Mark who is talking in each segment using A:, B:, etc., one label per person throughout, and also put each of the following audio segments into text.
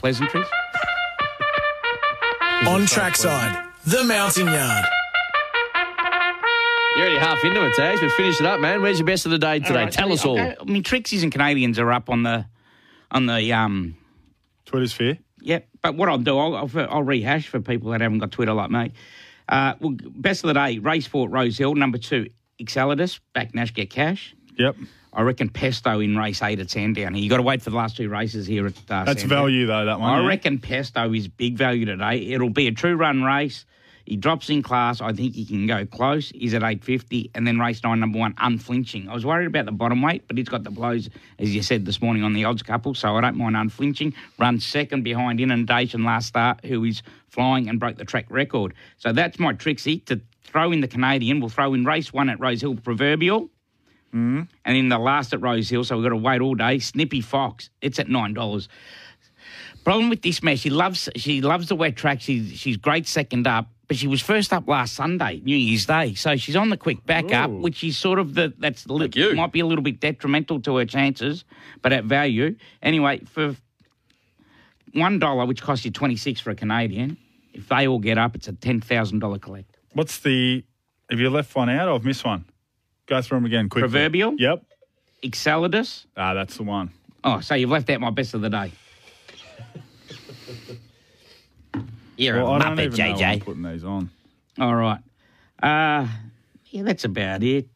A: pleasantries?
B: On trackside, the mountain yard.
A: You're already half into it, Tags, but finish it up, man. Where's your best of the day today?
C: right,
A: Tell
C: so
A: us all.
C: I mean, Trixies and Canadians are up on the on the um.
D: Twitter's fair.
C: Yep. But what I'll do, I'll, I'll, I'll rehash for people that haven't got Twitter like me. Uh, well, best of the day, Raceport Rose Hill, number two, Excelidus, back Nash get cash.
D: Yep.
C: I reckon Pesto in race eight at Sandown. You got to wait for the last two races here at uh,
D: That's
C: Sandown.
D: value though. That one.
C: I
D: yeah.
C: reckon Pesto is big value today. It'll be a true run race. He drops in class. I think he can go close. He's at 850. And then race nine, number one, unflinching. I was worried about the bottom weight, but he's got the blows, as you said this morning, on the odds couple. So I don't mind unflinching. Runs second behind Inundation last start, who is flying and broke the track record. So that's my Trixie to throw in the Canadian. We'll throw in race one at Rosehill Proverbial.
D: Mm-hmm.
C: And then the last at Rose Hill, so we've got to wait all day. Snippy Fox, it's at nine dollars. Problem with this mare, she loves she loves the wet track. She's she's great second up, but she was first up last Sunday, New Year's Day. So she's on the quick back up, which is sort of the that's li-
A: you.
C: might be a little bit detrimental to her chances, but at value anyway for one dollar, which costs you twenty six for a Canadian. If they all get up, it's a ten thousand dollar collect.
D: What's the? Have you left one out? or I've missed one. Go through them again quickly.
C: Proverbial?
D: Yep.
C: Excelidus.
D: Ah, that's the one.
C: Oh, so you've left out my best of the day. You're
D: Well,
C: a
D: I don't
C: muppet,
D: even know why I'm
C: JJ.
D: putting these on.
C: All right. Uh, yeah, that's about it.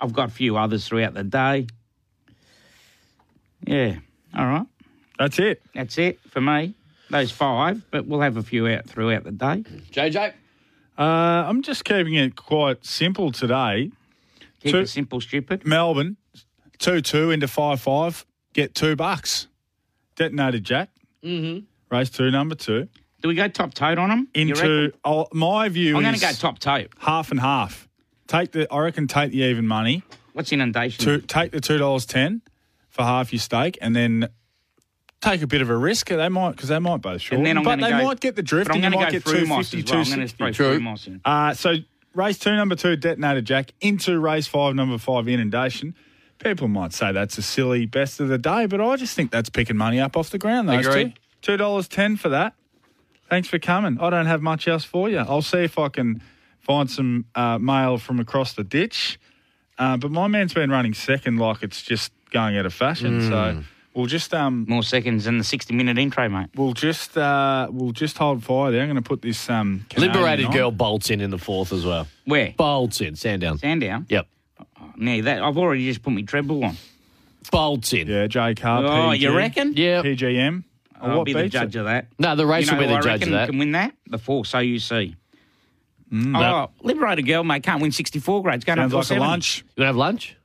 C: I've got a few others throughout the day. Yeah. All right.
D: That's it.
C: That's it for me. Those five, but we'll have a few out throughout the day.
A: JJ?
D: Uh, I'm just keeping it quite simple today.
C: Keep
D: Two-
C: it simple, stupid.
D: Melbourne, two two into five five, get two bucks. Detonated Jack. Mm-hmm. Race two, number two.
C: Do we go top tote on them?
D: Into oh, my view
C: I'm going to go
D: is
C: top tote.
D: half and half. Take the I reckon take the even money.
C: What's inundation?
D: Two, take the two dollars ten for half your stake, and then take a bit of a risk. They might because they might both short,
C: And then I'm
D: but
C: gonna
D: they
C: go-
D: might get the drift.
C: But I'm
D: and
C: going to
D: you might
C: go
D: get
C: through Moss as
D: 250,
C: well. I'm going to throw
D: 260.
C: through Moss in.
D: Uh, so race two, number two, detonator Jack into race five, number five, inundation. People might say that's a silly best of the day, but I just think that's picking money up off the ground. Those
A: Agreed.
D: two, two dollars ten for that. Thanks for coming. I don't have much else for you. I'll see if I can find some uh, mail from across the ditch. Uh, but my man's been running second like it's just going out of fashion. So we'll just um
C: More seconds than the 60 minute intro, mate.
D: we'll just uh, we'll just hold fire there. I'm going to put this um Canadian
E: Liberated
D: on.
E: Girl bolts in in the fourth as well.
C: Where?
E: Bolts in. Sandown.
C: Sandown.
E: Yep.
C: Now that I've already just put my treble on.
E: Bolts in.
D: Yeah, J Carr.
C: Oh,
D: PG.
C: you reckon?
E: Yeah.
D: PGM. Oh,
C: I'll
D: what
C: be the
D: beats
C: judge
D: it?
C: of that.
E: No, the race
C: you know
E: will be
C: who
E: the
C: I
E: judge
C: reckon
E: of that.
C: Can win that the four. So you see. oh,
E: that-
C: Liberator girl, mate, can't win sixty-four grades. Going
D: Mm,
C: up
D: Sounds like a lunch.
E: You going to have lunch?